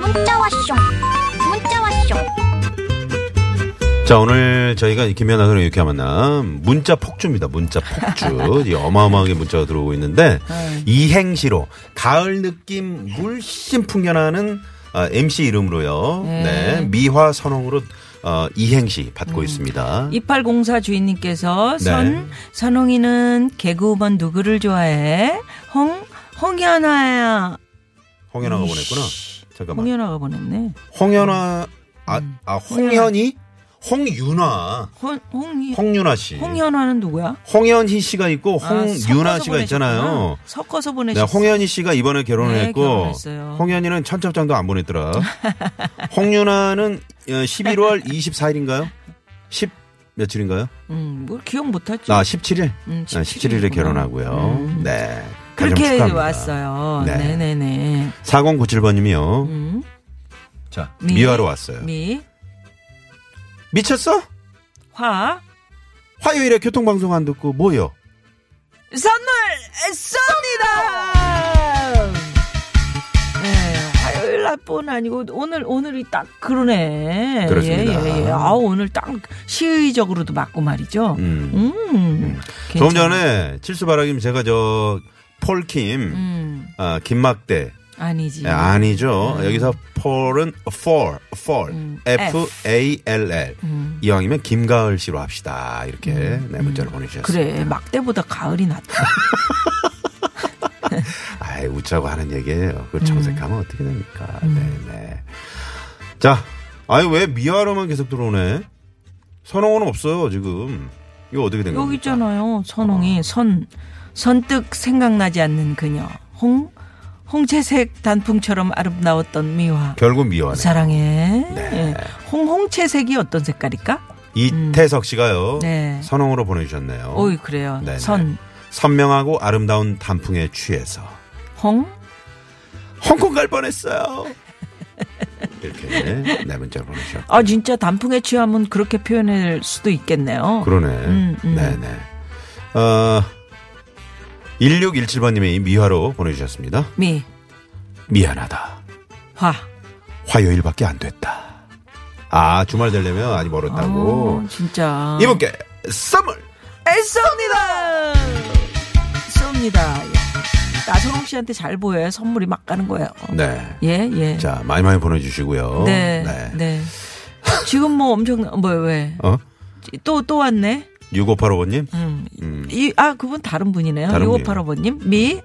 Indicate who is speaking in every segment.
Speaker 1: 문자 왔쇼 문자 왔쇼
Speaker 2: 자, 오늘 저희가 김연아 선생 이렇게 만남 문자 폭주입니다. 문자 폭주. 이 어마어마하게 문자가 들어오고 있는데 이행시로 가을 느낌 물씬 풍겨나는 아, MC 이름으로요. 네. 미화 선홍으로 어, 이행시 받고 있습니다.
Speaker 3: 2804 주인님께서 선
Speaker 2: 네.
Speaker 3: 선홍이는 개그우먼 누구를 좋아해? 홍 홍연아야.
Speaker 2: 홍연아가 보냈구나. 잠깐만. 홍연...
Speaker 3: 홍연아가 보냈네.
Speaker 2: 아 아, 아 홍현이 홍윤아.
Speaker 3: 홍 홍이-
Speaker 2: 홍윤아 씨.
Speaker 3: 홍연아는 누구야?
Speaker 2: 홍현희 씨가 있고
Speaker 3: 아,
Speaker 2: 홍윤아
Speaker 3: 섞어서
Speaker 2: 씨가 있잖아요.
Speaker 3: 보내셨구나. 섞어서
Speaker 2: 네,
Speaker 3: 보내셨어.
Speaker 2: 홍현희 씨가 이번에 결혼을
Speaker 3: 네,
Speaker 2: 했고
Speaker 3: 결혼했어요.
Speaker 2: 홍현희는 천첩장도 안 보냈더라. 홍윤아는 어, 11월 24일인가요? 10 며칠인가요?
Speaker 3: 음, 뭐 기억 못 하죠.
Speaker 2: 아, 17일.
Speaker 3: 음,
Speaker 2: 17일. 에
Speaker 3: 17일 이구나.
Speaker 2: 결혼하고요.
Speaker 3: 음.
Speaker 2: 네. 가정
Speaker 3: 그렇게
Speaker 2: 축하합니다.
Speaker 3: 왔어요.
Speaker 2: 네.
Speaker 3: 네, 네, 네.
Speaker 2: 4097번 님이요.
Speaker 3: 음.
Speaker 2: 자,
Speaker 3: 미.
Speaker 2: 미, 화로 왔어요.
Speaker 3: 미,
Speaker 2: 미. 쳤어
Speaker 3: 화,
Speaker 2: 화요일에 교통방송 안 듣고 뭐요?
Speaker 3: 선물 쏩니다. 예, 화요일 날뿐 아니고 오늘 오늘이 딱 그러네.
Speaker 2: 그렇습니다.
Speaker 3: 예, 예, 예. 아 오늘 딱 시의적으로도 맞고 말이죠.
Speaker 2: 음.
Speaker 3: 음.
Speaker 2: 조금
Speaker 3: 괜찮아.
Speaker 2: 전에 칠수바라김 제가 저 폴킴
Speaker 3: 음,
Speaker 2: 아, 김막대
Speaker 3: 아니지.
Speaker 2: 네, 아니죠. 여기서 폴은 fall, fall,
Speaker 3: 음,
Speaker 2: F A L L. 이왕이면 김가을 씨로 합시다. 이렇게 네, 문자를 보내주셨어요.
Speaker 3: 음. 그래 막대보다 가을이 낫다.
Speaker 2: 아이 웃자고 하는 얘기예요. 그걸 정색하면
Speaker 3: 음.
Speaker 2: 어떻게 됩니까? 네네. 자, 아니 왜 미아로만 계속 들어오네? 선홍은 없어요 지금. 이거 어떻게 된
Speaker 3: 여기
Speaker 2: 겁니까?
Speaker 3: 있잖아요. 선홍이 선 선뜻 생각나지 않는 그녀 홍 홍채색 단풍처럼 아름다웠던 미화.
Speaker 2: 결국 미아네.
Speaker 3: 사랑해. 예. 홍 홍채색이 어떤 색깔일까?
Speaker 2: 이태석 씨가요.
Speaker 3: 음. 네.
Speaker 2: 선홍으로 보내주셨네요.
Speaker 3: 오이 그래요.
Speaker 2: 네네.
Speaker 3: 선
Speaker 2: 선명하고 아름다운 단풍에 취해서.
Speaker 3: 홍.
Speaker 2: 홍콩 갈 뻔했어요. 이렇게 네 문자 보내셔.
Speaker 3: 아 진짜 단풍에 취하면 그렇게 표현할 수도 있겠네요.
Speaker 2: 그러네.
Speaker 3: 음, 음.
Speaker 2: 네네. 어, 1617번님이 미화로 보내주셨습니다.
Speaker 3: 미,
Speaker 2: 미안하다.
Speaker 3: 화.
Speaker 2: 화요일밖에 안 됐다. 아 주말 되려면 아니 멀었다고.
Speaker 3: 어, 진짜.
Speaker 2: 이분께 선물.
Speaker 3: 쏩니다. 쏩니다. 예. 나선홍 씨한테 잘 보여요. 선물이 막 가는 거예요.
Speaker 2: 네.
Speaker 3: 예, 예.
Speaker 2: 자 어, 많이 많이 보내주시고요.
Speaker 3: 네, 네. 지금 뭐 엄청 뭐 왜?
Speaker 2: 어?
Speaker 3: 또 또 왔네.
Speaker 2: 6585번님
Speaker 3: 음. 이 아 그분 다른 분이네요.
Speaker 2: 다른 분이에요.
Speaker 3: 6585번 님. 미,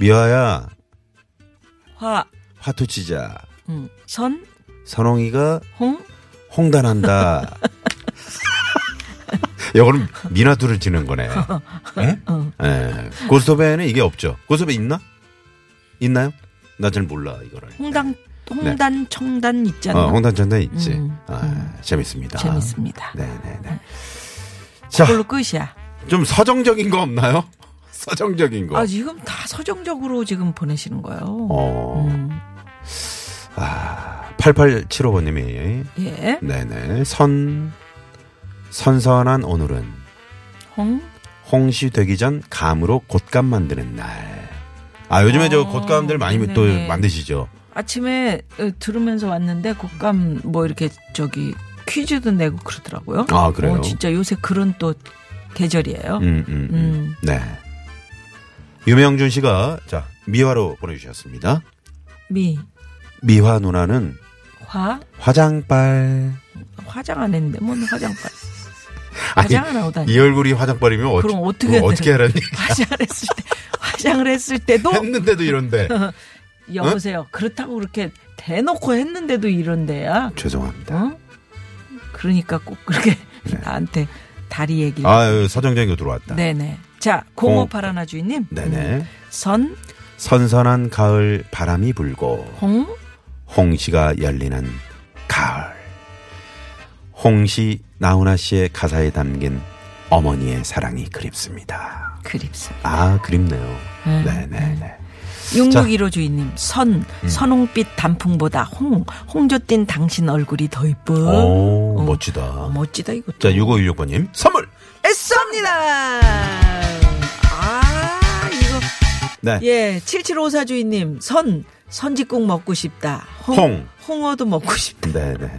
Speaker 2: 미화야
Speaker 3: 화,
Speaker 2: 화투 치자.
Speaker 3: 음, 선,
Speaker 2: 선홍이가
Speaker 3: 홍.
Speaker 2: 홍단한다. 이거는 미나투를 지는 거네. 예? 예. 고스톱에는 이게 없죠. 고스톱에 있나? 있나요? 나 잘 몰라 이거를.
Speaker 3: 홍당 홍단 청단 있잖아요.
Speaker 2: 네. 어, 홍단전단 있지.
Speaker 3: 음,
Speaker 2: 아, 재밌습니다.
Speaker 3: 재밌습니다.
Speaker 2: 네네네. 자,
Speaker 3: 그걸로 끝이야.
Speaker 2: 좀 서정적인 거 없나요? 서정적인 거.
Speaker 3: 아 지금 다 서정적으로 지금 보내시는 거예요.
Speaker 2: 어. 아, 8875번님이
Speaker 3: 예,
Speaker 2: 네네 선 선선한 오늘은
Speaker 3: 홍.
Speaker 2: 홍시 되기 전 감으로 곶감 만드는 날. 아 요즘에 저
Speaker 3: 어,
Speaker 2: 곶감들 많이 또
Speaker 3: 네네.
Speaker 2: 만드시죠.
Speaker 3: 아침에 어, 들으면서 왔는데 곡감 뭐 이렇게 저기 퀴즈도 내고 그러더라고요.
Speaker 2: 아, 그래요?
Speaker 3: 어, 진짜 요새 그런 또 계절이에요.
Speaker 2: 음, 음, 음.
Speaker 3: 음.
Speaker 2: 네. 유명준 씨가 자 미화로 보내주셨습니다.
Speaker 3: 미,
Speaker 2: 미화 누나는
Speaker 3: 화,
Speaker 2: 화장빨.
Speaker 3: 화장 안 했는데 뭔 화장빨?
Speaker 2: 아니,
Speaker 3: 화장 안 하고 다니.
Speaker 2: 이 얼굴이 화장빨이면 어찌,
Speaker 3: 그럼 어떻게
Speaker 2: 그럼 어떻게 하라니?
Speaker 3: 화장을 했을 때 화장을 했을 때도
Speaker 2: 했는데도 이런데.
Speaker 3: 여보세요. 그렇다고 그렇게 대놓고 했는데도 이런데야.
Speaker 2: 죄송합니다.
Speaker 3: 어? 그러니까 꼭 그렇게 나한테 다리 얘기를.
Speaker 2: 네. 아유 서정적인 거 들어왔다.
Speaker 3: 네네. 자,
Speaker 2: 공-
Speaker 3: 0581 주인님.
Speaker 2: 네네.
Speaker 3: 선,
Speaker 2: 선선한 가을 바람이 불고
Speaker 3: 홍,
Speaker 2: 홍시가 열리는 가을. 홍시 나훈아 씨의 가사에 담긴 어머니의 사랑이 그립습니다.
Speaker 3: 그립습니다. 네.
Speaker 2: 아 그립네요. 네네네.
Speaker 3: 6615 주인님 선
Speaker 2: 음.
Speaker 3: 선홍빛 단풍보다 홍 홍조 띤 당신 얼굴이 더 이뻐.
Speaker 2: 오,
Speaker 3: 어,
Speaker 2: 멋지다.
Speaker 3: 멋지다 이거.
Speaker 2: 자, 6516번님, 선물!
Speaker 3: 애써입니다. 아 이거
Speaker 2: 네.
Speaker 3: 예 7754 주인님 선 선지국 먹고 싶다.
Speaker 2: 홍.
Speaker 3: 어도 먹고 싶다.
Speaker 2: 네네.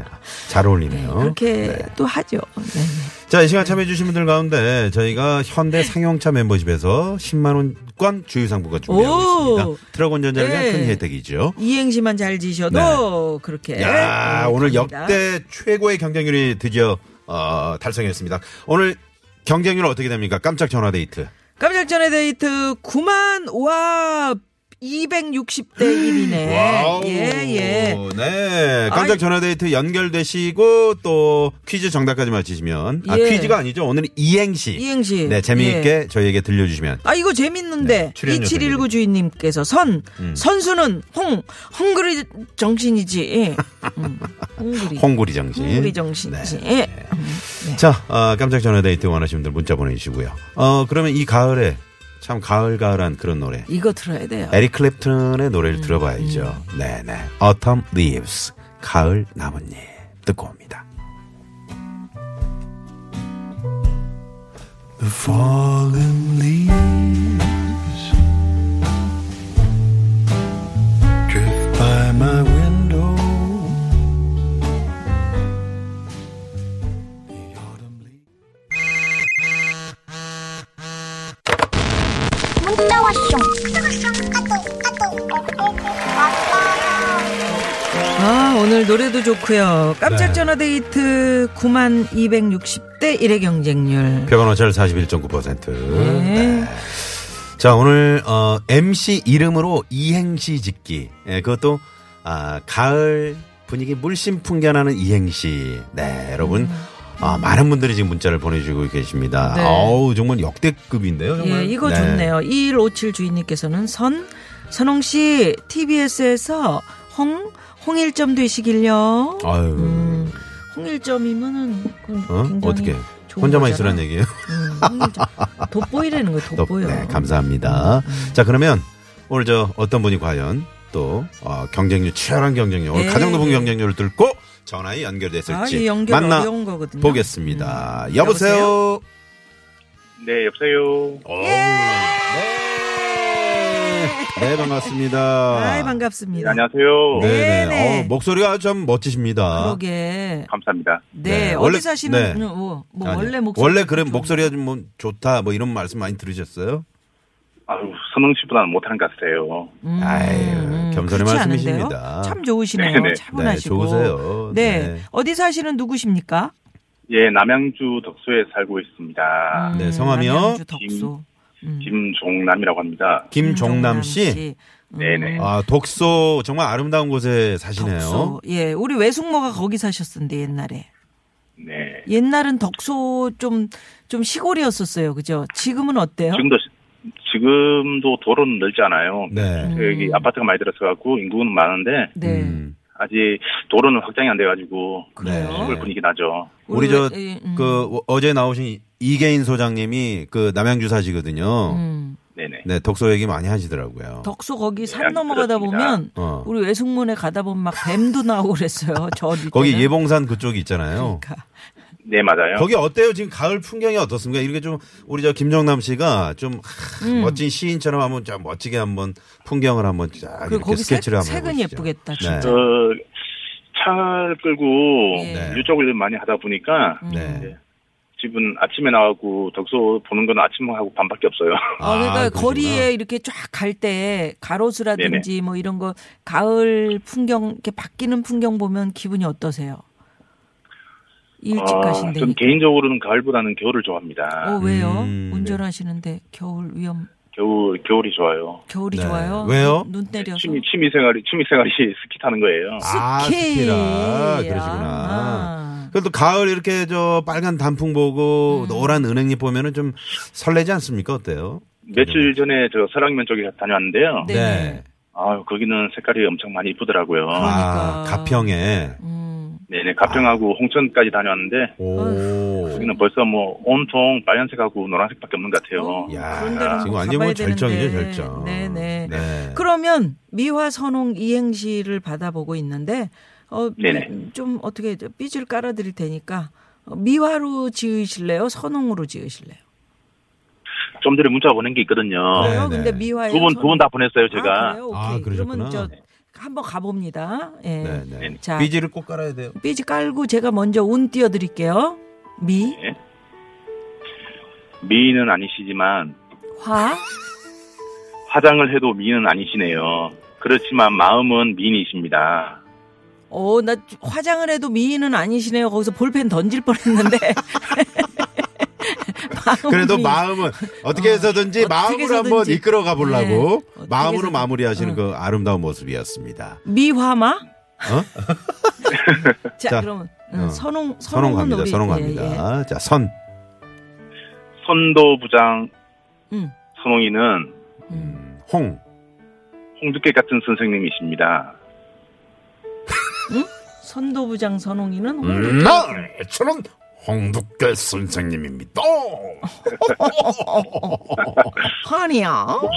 Speaker 2: 잘 어울리네요.
Speaker 3: 그렇게
Speaker 2: 네.
Speaker 3: 또 하죠. 네, 네.
Speaker 2: 자, 이 시간 참여해주신 분들 가운데 저희가 현대 상용차 멤버십에서 10만원권 주유상품과 준비하고
Speaker 3: 오.
Speaker 2: 있습니다. 트럭 운전자를 위한
Speaker 3: 네.
Speaker 2: 큰 혜택이죠.
Speaker 3: 이행시만 잘 지셔도 그렇게.
Speaker 2: 네. 야
Speaker 3: 네,
Speaker 2: 오늘
Speaker 3: 됩니다.
Speaker 2: 역대 최고의 경쟁률이 드디어 어, 달성했습니다. 오늘 경쟁률 어떻게 됩니까? 깜짝 전화 데이트.
Speaker 3: 깜짝 전에 데이트 9만 와 260대 1이네.
Speaker 2: 음, 와우.
Speaker 3: 예, 예.
Speaker 2: 네. 깜짝
Speaker 3: 아이.
Speaker 2: 전화 데이트 연결되시고 또 퀴즈 정답까지 맞히시면 아,
Speaker 3: 예.
Speaker 2: 퀴즈가 아니죠. 오늘은 이행시.
Speaker 3: 이행시.
Speaker 2: 네, 재미있게
Speaker 3: 예.
Speaker 2: 저희에게 들려주시면
Speaker 3: 아 이거 재밌는데
Speaker 2: 네, 출연료 음.
Speaker 3: 2719 주인님께서 선 선수는 홍 헝그리 정신이지. 음, 헝그리.
Speaker 2: 홍구리 네. 정신.
Speaker 3: 헝그리 정신이지. 예. 네.
Speaker 2: 자, 아, 깜짝 전화 데이트 원하시는 분들 문자 보내주시고요. 어, 그러면 이 가을에 참 가을가을한 그런 노래.
Speaker 3: 이거 들어야 돼요.
Speaker 2: 아, 에릭 클랩튼의
Speaker 3: 음,
Speaker 2: 노래를 들어봐야죠. 네네. Autumn Leaves. 가을 나뭇잎. 듣고 옵니다.
Speaker 4: The fallen leaves drift by my window. The autumn leaves.
Speaker 1: 문자 왔쇼. 까똑 까똑.
Speaker 3: 아, 오늘 노래도 좋고요. 깜짝
Speaker 2: 네.
Speaker 3: 전화 데이트 9만 260대 1의 경쟁률.
Speaker 2: 표본 오차를 41.9%.
Speaker 3: 네.
Speaker 5: 예,
Speaker 2: 네. 자, 오늘, 어, MC 이름으로 이행시 짓기. 예, 그것도, 아, 가을 분위기 물씬 풍겨나는 이행시. 네, 여러분. 아, 많은 분들이 지금 문자를 보내주고 계십니다.
Speaker 3: 음. 네.
Speaker 2: 어우, 정말 역대급인데요, 정말.
Speaker 3: 예, 이거
Speaker 2: 네.
Speaker 3: 좋네요. 2157 주인님께서는 선, 선홍 씨, TBS에서 홍, 홍일점 되시길요.
Speaker 2: 아유.
Speaker 3: 음, 홍일점이면은, 그건
Speaker 2: 어?
Speaker 3: 굉장히
Speaker 2: 어떻게?
Speaker 3: 좋은
Speaker 2: 혼자만
Speaker 3: 거잖아.
Speaker 2: 있으란 얘기예요?
Speaker 3: 음, 홍일점. 돋보이라는 거예요, 음.
Speaker 2: 또,
Speaker 3: 돋보여.
Speaker 2: 네, 감사합니다. 자, 그러면 오늘 저 어떤 분이 과연 또 어, 경쟁률 치열한 경쟁률, 오늘
Speaker 3: 네.
Speaker 2: 가장 높은 경쟁률을 뚫고 전화에
Speaker 3: 아,
Speaker 2: 연결됐을지
Speaker 3: 이 연결
Speaker 2: 만나
Speaker 3: 어려운 거거든요.
Speaker 2: 보겠습니다.
Speaker 3: 음.
Speaker 2: 여보세요.
Speaker 5: 네, 여보세요.
Speaker 2: 어우,
Speaker 3: 예!
Speaker 2: 네. 네, 반갑습니다.
Speaker 3: 아이, 반갑습니다.
Speaker 5: 안녕하세요.
Speaker 2: 네, 네.
Speaker 3: 네네.
Speaker 2: 어, 목소리가 참 멋지십니다.
Speaker 3: 그러게.
Speaker 5: 감사합니다.
Speaker 3: 네,
Speaker 2: 네,
Speaker 3: 어디
Speaker 2: 원래-
Speaker 3: 사시는
Speaker 2: 네.
Speaker 3: 뭐, 뭐
Speaker 2: 아니,
Speaker 3: 원래 목소리
Speaker 2: 원래 그런 목소리가 좀 뭐 좋다 뭐 이런 말씀 많이 들으셨어요?
Speaker 5: 아유, 선웅 씨보다는 못하는 것 같아요.
Speaker 3: 음,
Speaker 2: 아유, 겸손히
Speaker 3: 그렇지
Speaker 2: 말씀이십니다.
Speaker 3: 않은데요? 참 좋으시네요.
Speaker 5: 네네.
Speaker 3: 차분하시고.
Speaker 2: 네, 좋으세요.
Speaker 3: 네.
Speaker 2: 네.
Speaker 3: 어디 사시는 누구십니까?
Speaker 5: 예, 남양주 덕소에 살고 있습니다.
Speaker 3: 음.
Speaker 2: 네, 성함이요?
Speaker 3: 남양주 덕소. 음,
Speaker 5: 김종남이라고 합니다.
Speaker 2: 김종남 씨.
Speaker 3: 음,
Speaker 5: 네네.
Speaker 2: 아, 독소 정말 아름다운 곳에 사시네요.
Speaker 3: 덕소. 예, 우리 외숙모가 거기 사셨었는데 옛날에.
Speaker 5: 네.
Speaker 3: 옛날은 덕소 좀 좀 시골이었었어요. 그죠? 지금은 어때요?
Speaker 5: 지금도, 시- 지금도 도로는 넓잖아요. 그,
Speaker 2: 네.
Speaker 5: 여기 아파트가 많이 들어서갖고 인구는 많은데,
Speaker 3: 네.
Speaker 2: 음.
Speaker 5: 아직 도로는 확장이 안 돼가지고,
Speaker 3: 그래요?
Speaker 5: 시골 분위기 나죠.
Speaker 2: 우리
Speaker 3: 우리
Speaker 2: 저,
Speaker 3: 왜- 예, 음.
Speaker 2: 그, 어제 나오신 이계인 소장님이 그 남양주 사시거든요.
Speaker 3: 음,
Speaker 5: 네네.
Speaker 2: 네, 독소 얘기 많이 하시더라고요.
Speaker 3: 덕소 거기 산
Speaker 5: 네,
Speaker 3: 넘어가다
Speaker 5: 그렇습니다.
Speaker 3: 보면
Speaker 2: 어.
Speaker 3: 우리 외숙문에 가다 보면 막 뱀도 나오고 그랬어요. 저 밑에는.
Speaker 2: 거기 예봉산 그쪽 있잖아요.
Speaker 3: 그러니까.
Speaker 5: 네, 맞아요.
Speaker 2: 거기 어때요? 지금 가을 풍경이 어떻습니까? 이렇게 좀 우리 저 김정남 씨가 좀 하,
Speaker 3: 음.
Speaker 2: 멋진 시인처럼 한번 좀 멋지게 한번 풍경을 한번 쫙
Speaker 3: 그
Speaker 2: 이렇게
Speaker 3: 거기 색,
Speaker 2: 스케치를 한번
Speaker 3: 색은
Speaker 2: 해보시죠.
Speaker 3: 예쁘겠다
Speaker 2: 네.
Speaker 3: 진짜.
Speaker 5: 그, 차를 끌고,
Speaker 3: 예.
Speaker 2: 네.
Speaker 5: 유적을 많이 하다 보니까,
Speaker 3: 음.
Speaker 2: 네.
Speaker 5: 네. 집은 아침에 나가고 덕소 보는 건 아침하고 밤밖에 없어요.
Speaker 3: 아, 그러니까
Speaker 2: 아, 그러시구나.
Speaker 3: 거리에 이렇게 쫙 갈 때 가로수라든지 뭐 이런 거 가을 풍경 이렇게 바뀌는 풍경 보면 기분이 어떠세요? 일찍
Speaker 5: 아,
Speaker 3: 가신데.
Speaker 5: 전 개인적으로는 가을보다는 겨울을 좋아합니다.
Speaker 3: 어 왜요?
Speaker 2: 음.
Speaker 3: 운전하시는데 겨울 위험
Speaker 5: 겨울 겨울이 좋아요.
Speaker 3: 겨울이
Speaker 2: 네.
Speaker 3: 좋아요.
Speaker 2: 왜요?
Speaker 3: 눈, 눈 때려서.
Speaker 5: 취미 취미 생활이 취미 생활이 스키 타는 거예요.
Speaker 2: 아, 스키라. 그러시구나.
Speaker 3: 아.
Speaker 2: 그래도 가을 이렇게 저 빨간 단풍 보고
Speaker 3: 음.
Speaker 2: 노란 은행잎 보면은 좀 설레지 않습니까? 어때요?
Speaker 5: 며칠 전에 저 설악면 쪽에 다녀왔는데요.
Speaker 3: 네.
Speaker 5: 아 거기는 색깔이 엄청 많이 이쁘더라고요.
Speaker 2: 아,
Speaker 3: 그러니까.
Speaker 2: 가평에.
Speaker 3: 음.
Speaker 5: 네네 가평하고 홍천까지 다녀왔는데
Speaker 2: 오.
Speaker 5: 여기는 벌써 뭐 온통 빨간색하고 노란색밖에 없는 것 같아요.
Speaker 2: 야,
Speaker 3: 그런 데는
Speaker 2: 지금
Speaker 3: 뭐
Speaker 2: 완전 뭐
Speaker 3: 가봐야
Speaker 2: 절정이죠,
Speaker 3: 되는데.
Speaker 2: 절정.
Speaker 3: 네네.
Speaker 2: 네.
Speaker 3: 그러면 미화 선홍 이행시를 받아보고 있는데 어,
Speaker 5: 네네.
Speaker 3: 좀 어떻게 저 삐질 깔아드릴 테니까 어, 미화로 지으실래요? 선홍으로 지으실래요?
Speaker 5: 좀 전에 문자 보낸 게 있거든요.
Speaker 2: 네.
Speaker 3: 그래요? 근데 미화에
Speaker 5: 아, 두 분, 두 분 다 보냈어요,
Speaker 3: 아,
Speaker 5: 제가.
Speaker 3: 그래요? 오케이.
Speaker 2: 아,
Speaker 3: 그러면
Speaker 2: 그러셨구나.
Speaker 3: 저 한번 가봅니다. 예.
Speaker 2: 네, 네.
Speaker 3: 자.
Speaker 2: 비지를 꼭 깔아야 돼요.
Speaker 3: 삐지 깔고 제가 먼저 운 띄워드릴게요. 미,
Speaker 5: 미인은 아니시지만,
Speaker 3: 화,
Speaker 5: 화장을 해도 미인은 아니시네요. 그렇지만 마음은 미인이십니다.
Speaker 3: 어, 나 화장을 해도 미인은 아니시네요. 거기서 볼펜 던질 뻔 했는데.
Speaker 2: 그래도 마음은 어떻게 해서든지
Speaker 3: 네. 어,
Speaker 2: 마음으로
Speaker 3: 어떻게
Speaker 2: 한번
Speaker 3: 해서든지.
Speaker 2: 이끌어 가보려고
Speaker 3: 네. 어떻게
Speaker 2: 마음으로
Speaker 3: 해서든-
Speaker 2: 마무리하시는
Speaker 3: 어.
Speaker 2: 그 아름다운 모습이었습니다.
Speaker 3: 미화마? 자,
Speaker 2: 어? 자,
Speaker 3: 그러면 음,
Speaker 2: 어.
Speaker 3: 선홍,
Speaker 2: 선홍
Speaker 3: 선홍은
Speaker 2: 갑니다.
Speaker 3: 우리,
Speaker 2: 선홍
Speaker 3: 예, 예.
Speaker 2: 갑니다. 자, 선.
Speaker 5: 선도 부장
Speaker 3: 음.
Speaker 5: 선홍이는
Speaker 3: 음.
Speaker 2: 음, 홍.
Speaker 5: 홍두깨 같은 선생님이십니다.
Speaker 3: 선도부장 선홍이는
Speaker 2: 음, 나 저는 홍두깨 선생님입니다. 어,
Speaker 3: 화니야.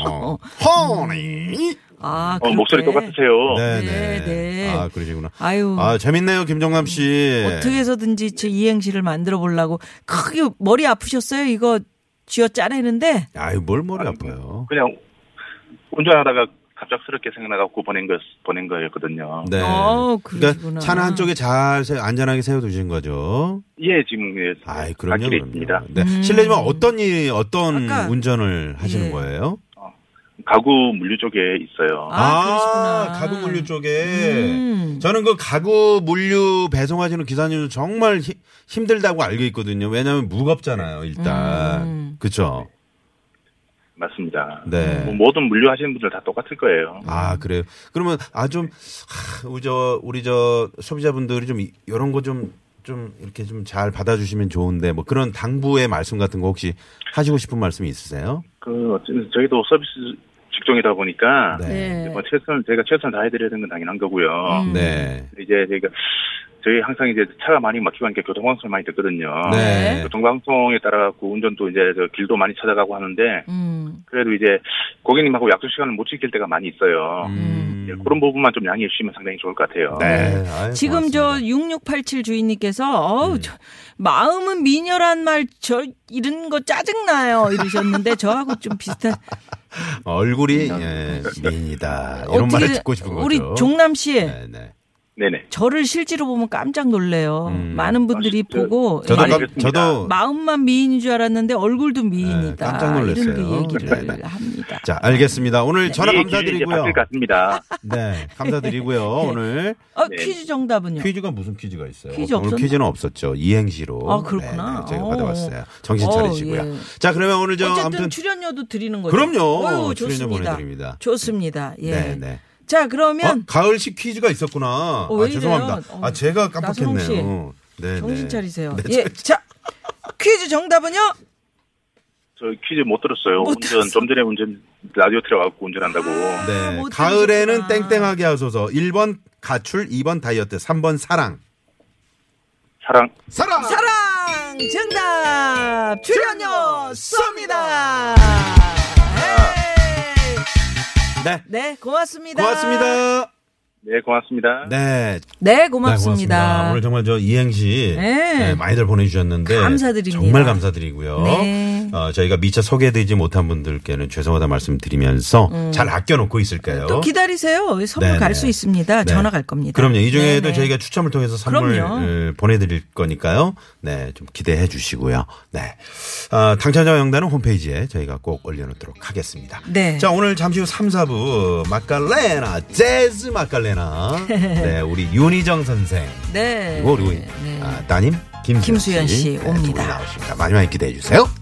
Speaker 2: 어. 허니.
Speaker 3: 아,
Speaker 5: 어, 목소리
Speaker 3: 그렇게.
Speaker 5: 똑같으세요.
Speaker 2: 네네.
Speaker 3: 네, 네.
Speaker 2: 아 그러시구나.
Speaker 3: 아유.
Speaker 2: 아 예. 재밌네요, 김정남 씨.
Speaker 3: 어떻게 해서든지 제 이행시를 만들어 보려고 크게 머리 아프셨어요? 이거 쥐어 짜내는데
Speaker 2: 아유 뭘 머리 아파요.
Speaker 5: 그냥 운전하다가 갑작스럽게 생각나갖고 보낸 거, 보낸 거였거든요.
Speaker 2: 네.
Speaker 3: 어, 그러시구나.
Speaker 2: 그러니까 차는 한쪽에 잘 세- 안전하게 세워두신 거죠.
Speaker 5: 예, 지금, 예.
Speaker 2: 아이
Speaker 5: 갈
Speaker 2: 그럼요.
Speaker 5: 길에
Speaker 2: 그럼요.
Speaker 5: 있습니다.
Speaker 2: 네. 실례지만 어떤 일 어떤
Speaker 3: 음. 아까-
Speaker 2: 운전을 하시는
Speaker 3: 예.
Speaker 2: 거예요?
Speaker 5: 가구 물류 쪽에 있어요.
Speaker 3: 아, 그러시구나.
Speaker 2: 가구 물류 쪽에.
Speaker 3: 음.
Speaker 2: 저는 그 가구 물류 배송하시는 기사님 정말 히- 힘들다고 알고 있거든요. 왜냐하면 무겁잖아요, 일단.
Speaker 3: 음.
Speaker 2: 그렇죠.
Speaker 5: 맞습니다.
Speaker 2: 네.
Speaker 5: 뭐 모든 물류 하시는 분들 다 똑같을 거예요.
Speaker 2: 아 그래요. 그러면 아 좀 우리 저 우리 저 소비자분들이 좀 이- 이런 거 좀 좀 이렇게 좀 잘 받아주시면 좋은데 뭐 그런 당부의 말씀 같은 거 혹시 하시고 싶은 말씀이 있으세요?
Speaker 5: 그, 어쨌든 저희도 서비스 직종이다 보니까.
Speaker 3: 네.
Speaker 5: 뭐 최선을, 제가 최선을 다해드려야 되는 건 당연한 거고요.
Speaker 3: 음.
Speaker 2: 네.
Speaker 5: 이제 저희가, 저희 항상 이제 차가 많이 막히고 하니까 교통방송을 많이 듣거든요.
Speaker 3: 음.
Speaker 2: 네.
Speaker 5: 교통방송에 따라갖고 운전도 이제 저 길도 많이 찾아가고 하는데,
Speaker 3: 음.
Speaker 5: 그래도 이제 고객님하고 약속 시간을 못 지킬 때가 많이 있어요.
Speaker 2: 음.
Speaker 5: 예, 그런 부분만 좀 양해해 주시면 상당히 좋을 것 같아요.
Speaker 2: 네. 아유,
Speaker 3: 지금 저
Speaker 2: 고맙습니다. 음.
Speaker 3: 6687 주인님께서 어우 저, 마음은 미녀란 말 저 이런 거 짜증나요 이러셨는데 저하고 좀 비슷한
Speaker 2: 얼굴이 예, 미인이다 이런
Speaker 3: 음, 어떻게
Speaker 2: 말을 듣고 싶은 거죠.
Speaker 3: 우리 종남 씨
Speaker 2: 네네.
Speaker 5: 네네.
Speaker 3: 저를 실제로 보면 깜짝 놀래요.
Speaker 2: 음.
Speaker 3: 많은 분들이
Speaker 5: 아, 저-
Speaker 3: 보고
Speaker 2: 저도
Speaker 3: 예,
Speaker 5: 많이
Speaker 2: 깜,
Speaker 5: 그랬습니다.
Speaker 2: 저도
Speaker 3: 마음만 미인인 줄 알았는데 얼굴도 미인이다.
Speaker 2: 네, 깜짝 놀랐어요.
Speaker 3: 이런 그 얘기를
Speaker 2: 네, 네.
Speaker 3: 합니다.
Speaker 2: 자 알겠습니다.
Speaker 3: 네,
Speaker 2: 오늘 전화
Speaker 5: 이 예, 길이 이제
Speaker 2: 감사드리고요.
Speaker 5: 바뀔 것 같습니다.
Speaker 2: 네 감사드리고요. 오늘
Speaker 3: 어,
Speaker 5: 네.
Speaker 3: 퀴즈 정답은요?
Speaker 2: 퀴즈가 무슨 퀴즈가 있어요?
Speaker 3: 퀴즈
Speaker 2: 오늘
Speaker 3: 없었나?
Speaker 2: 퀴즈는 없었죠. 이행시로.
Speaker 3: 아, 그렇구나.
Speaker 2: 네, 네, 제가
Speaker 3: 어.
Speaker 2: 받아봤어요. 정신
Speaker 3: 어,
Speaker 2: 차리시고요.
Speaker 3: 예.
Speaker 2: 자 그러면 오늘 저
Speaker 3: 어쨌든
Speaker 2: 아무튼
Speaker 3: 출연료도 드리는 거죠.
Speaker 2: 그럼요.
Speaker 3: 어유,
Speaker 2: 출연료
Speaker 3: 좋습니다.
Speaker 2: 보내드립니다.
Speaker 3: 좋습니다. 예.
Speaker 2: 네, 네.
Speaker 3: 자
Speaker 2: 어?
Speaker 3: 그러면
Speaker 2: 가을식 퀴즈가 있었구나.
Speaker 3: 어, 왜
Speaker 2: 아, 죄송합니다.
Speaker 3: 이래요?
Speaker 2: 아 제가
Speaker 3: 나선홍 씨.
Speaker 2: 깜빡했네요. 네,
Speaker 3: 정신
Speaker 2: 네.
Speaker 3: 차리세요.
Speaker 2: 네,
Speaker 3: 예. 자 퀴즈 정답은요?
Speaker 5: 저 퀴즈 못 들었어요.
Speaker 3: 못
Speaker 5: 운전 좀 전에 운전 라디오 틀어갖고 운전한다고.
Speaker 2: 네.
Speaker 3: 아, 못
Speaker 2: 가을에는
Speaker 3: 들으셨구나.
Speaker 2: 땡땡하게 하소서. 1번 가출, 2번 다이어트, 3번 사랑.
Speaker 5: 사랑.
Speaker 2: 사랑!
Speaker 3: 사랑 정답 출연료 쏩니다. 에이.
Speaker 2: 네.
Speaker 3: 네 고맙습니다.
Speaker 2: 고맙습니다.
Speaker 5: 네, 고맙습니다.
Speaker 2: 네.
Speaker 3: 네
Speaker 2: 네,
Speaker 3: 고맙습니다.
Speaker 2: 고맙습니다. 오늘 정말 저 이행시
Speaker 3: 네.
Speaker 2: 네, 많이들 보내주셨는데
Speaker 3: 감사드립니다.
Speaker 2: 정말 감사드리고요.
Speaker 3: 네.
Speaker 2: 어, 저희가 미처 소개되지 못한 분들께는 죄송하다 말씀드리면서 잘 아껴놓고 있을까요?
Speaker 3: 음. 또 기다리세요. 선물
Speaker 2: 네네.
Speaker 3: 갈 수 있습니다.
Speaker 2: 네.
Speaker 3: 전화 갈 겁니다.
Speaker 2: 그럼요. 이 중에도
Speaker 3: 네네.
Speaker 2: 저희가 추첨을 통해서 선물
Speaker 3: 그럼요.
Speaker 2: 을 보내드릴 거니까요. 네, 좀 기대해 주시고요. 네, 아, 당첨자 명단은 홈페이지에 저희가 꼭 올려놓도록 하겠습니다.
Speaker 3: 네.
Speaker 2: 자, 오늘 잠시 후 3, 4부 마칼레나 재즈 마칼레나. 네, 우리 윤희정 선생
Speaker 3: 네.
Speaker 2: 그리고 우리
Speaker 3: 네.
Speaker 2: 아, 따님 김수현
Speaker 3: 김수현 씨
Speaker 2: 네, 두 분이
Speaker 3: 옵니다.
Speaker 2: 나오십니다. 많이 많이 기대해 주세요.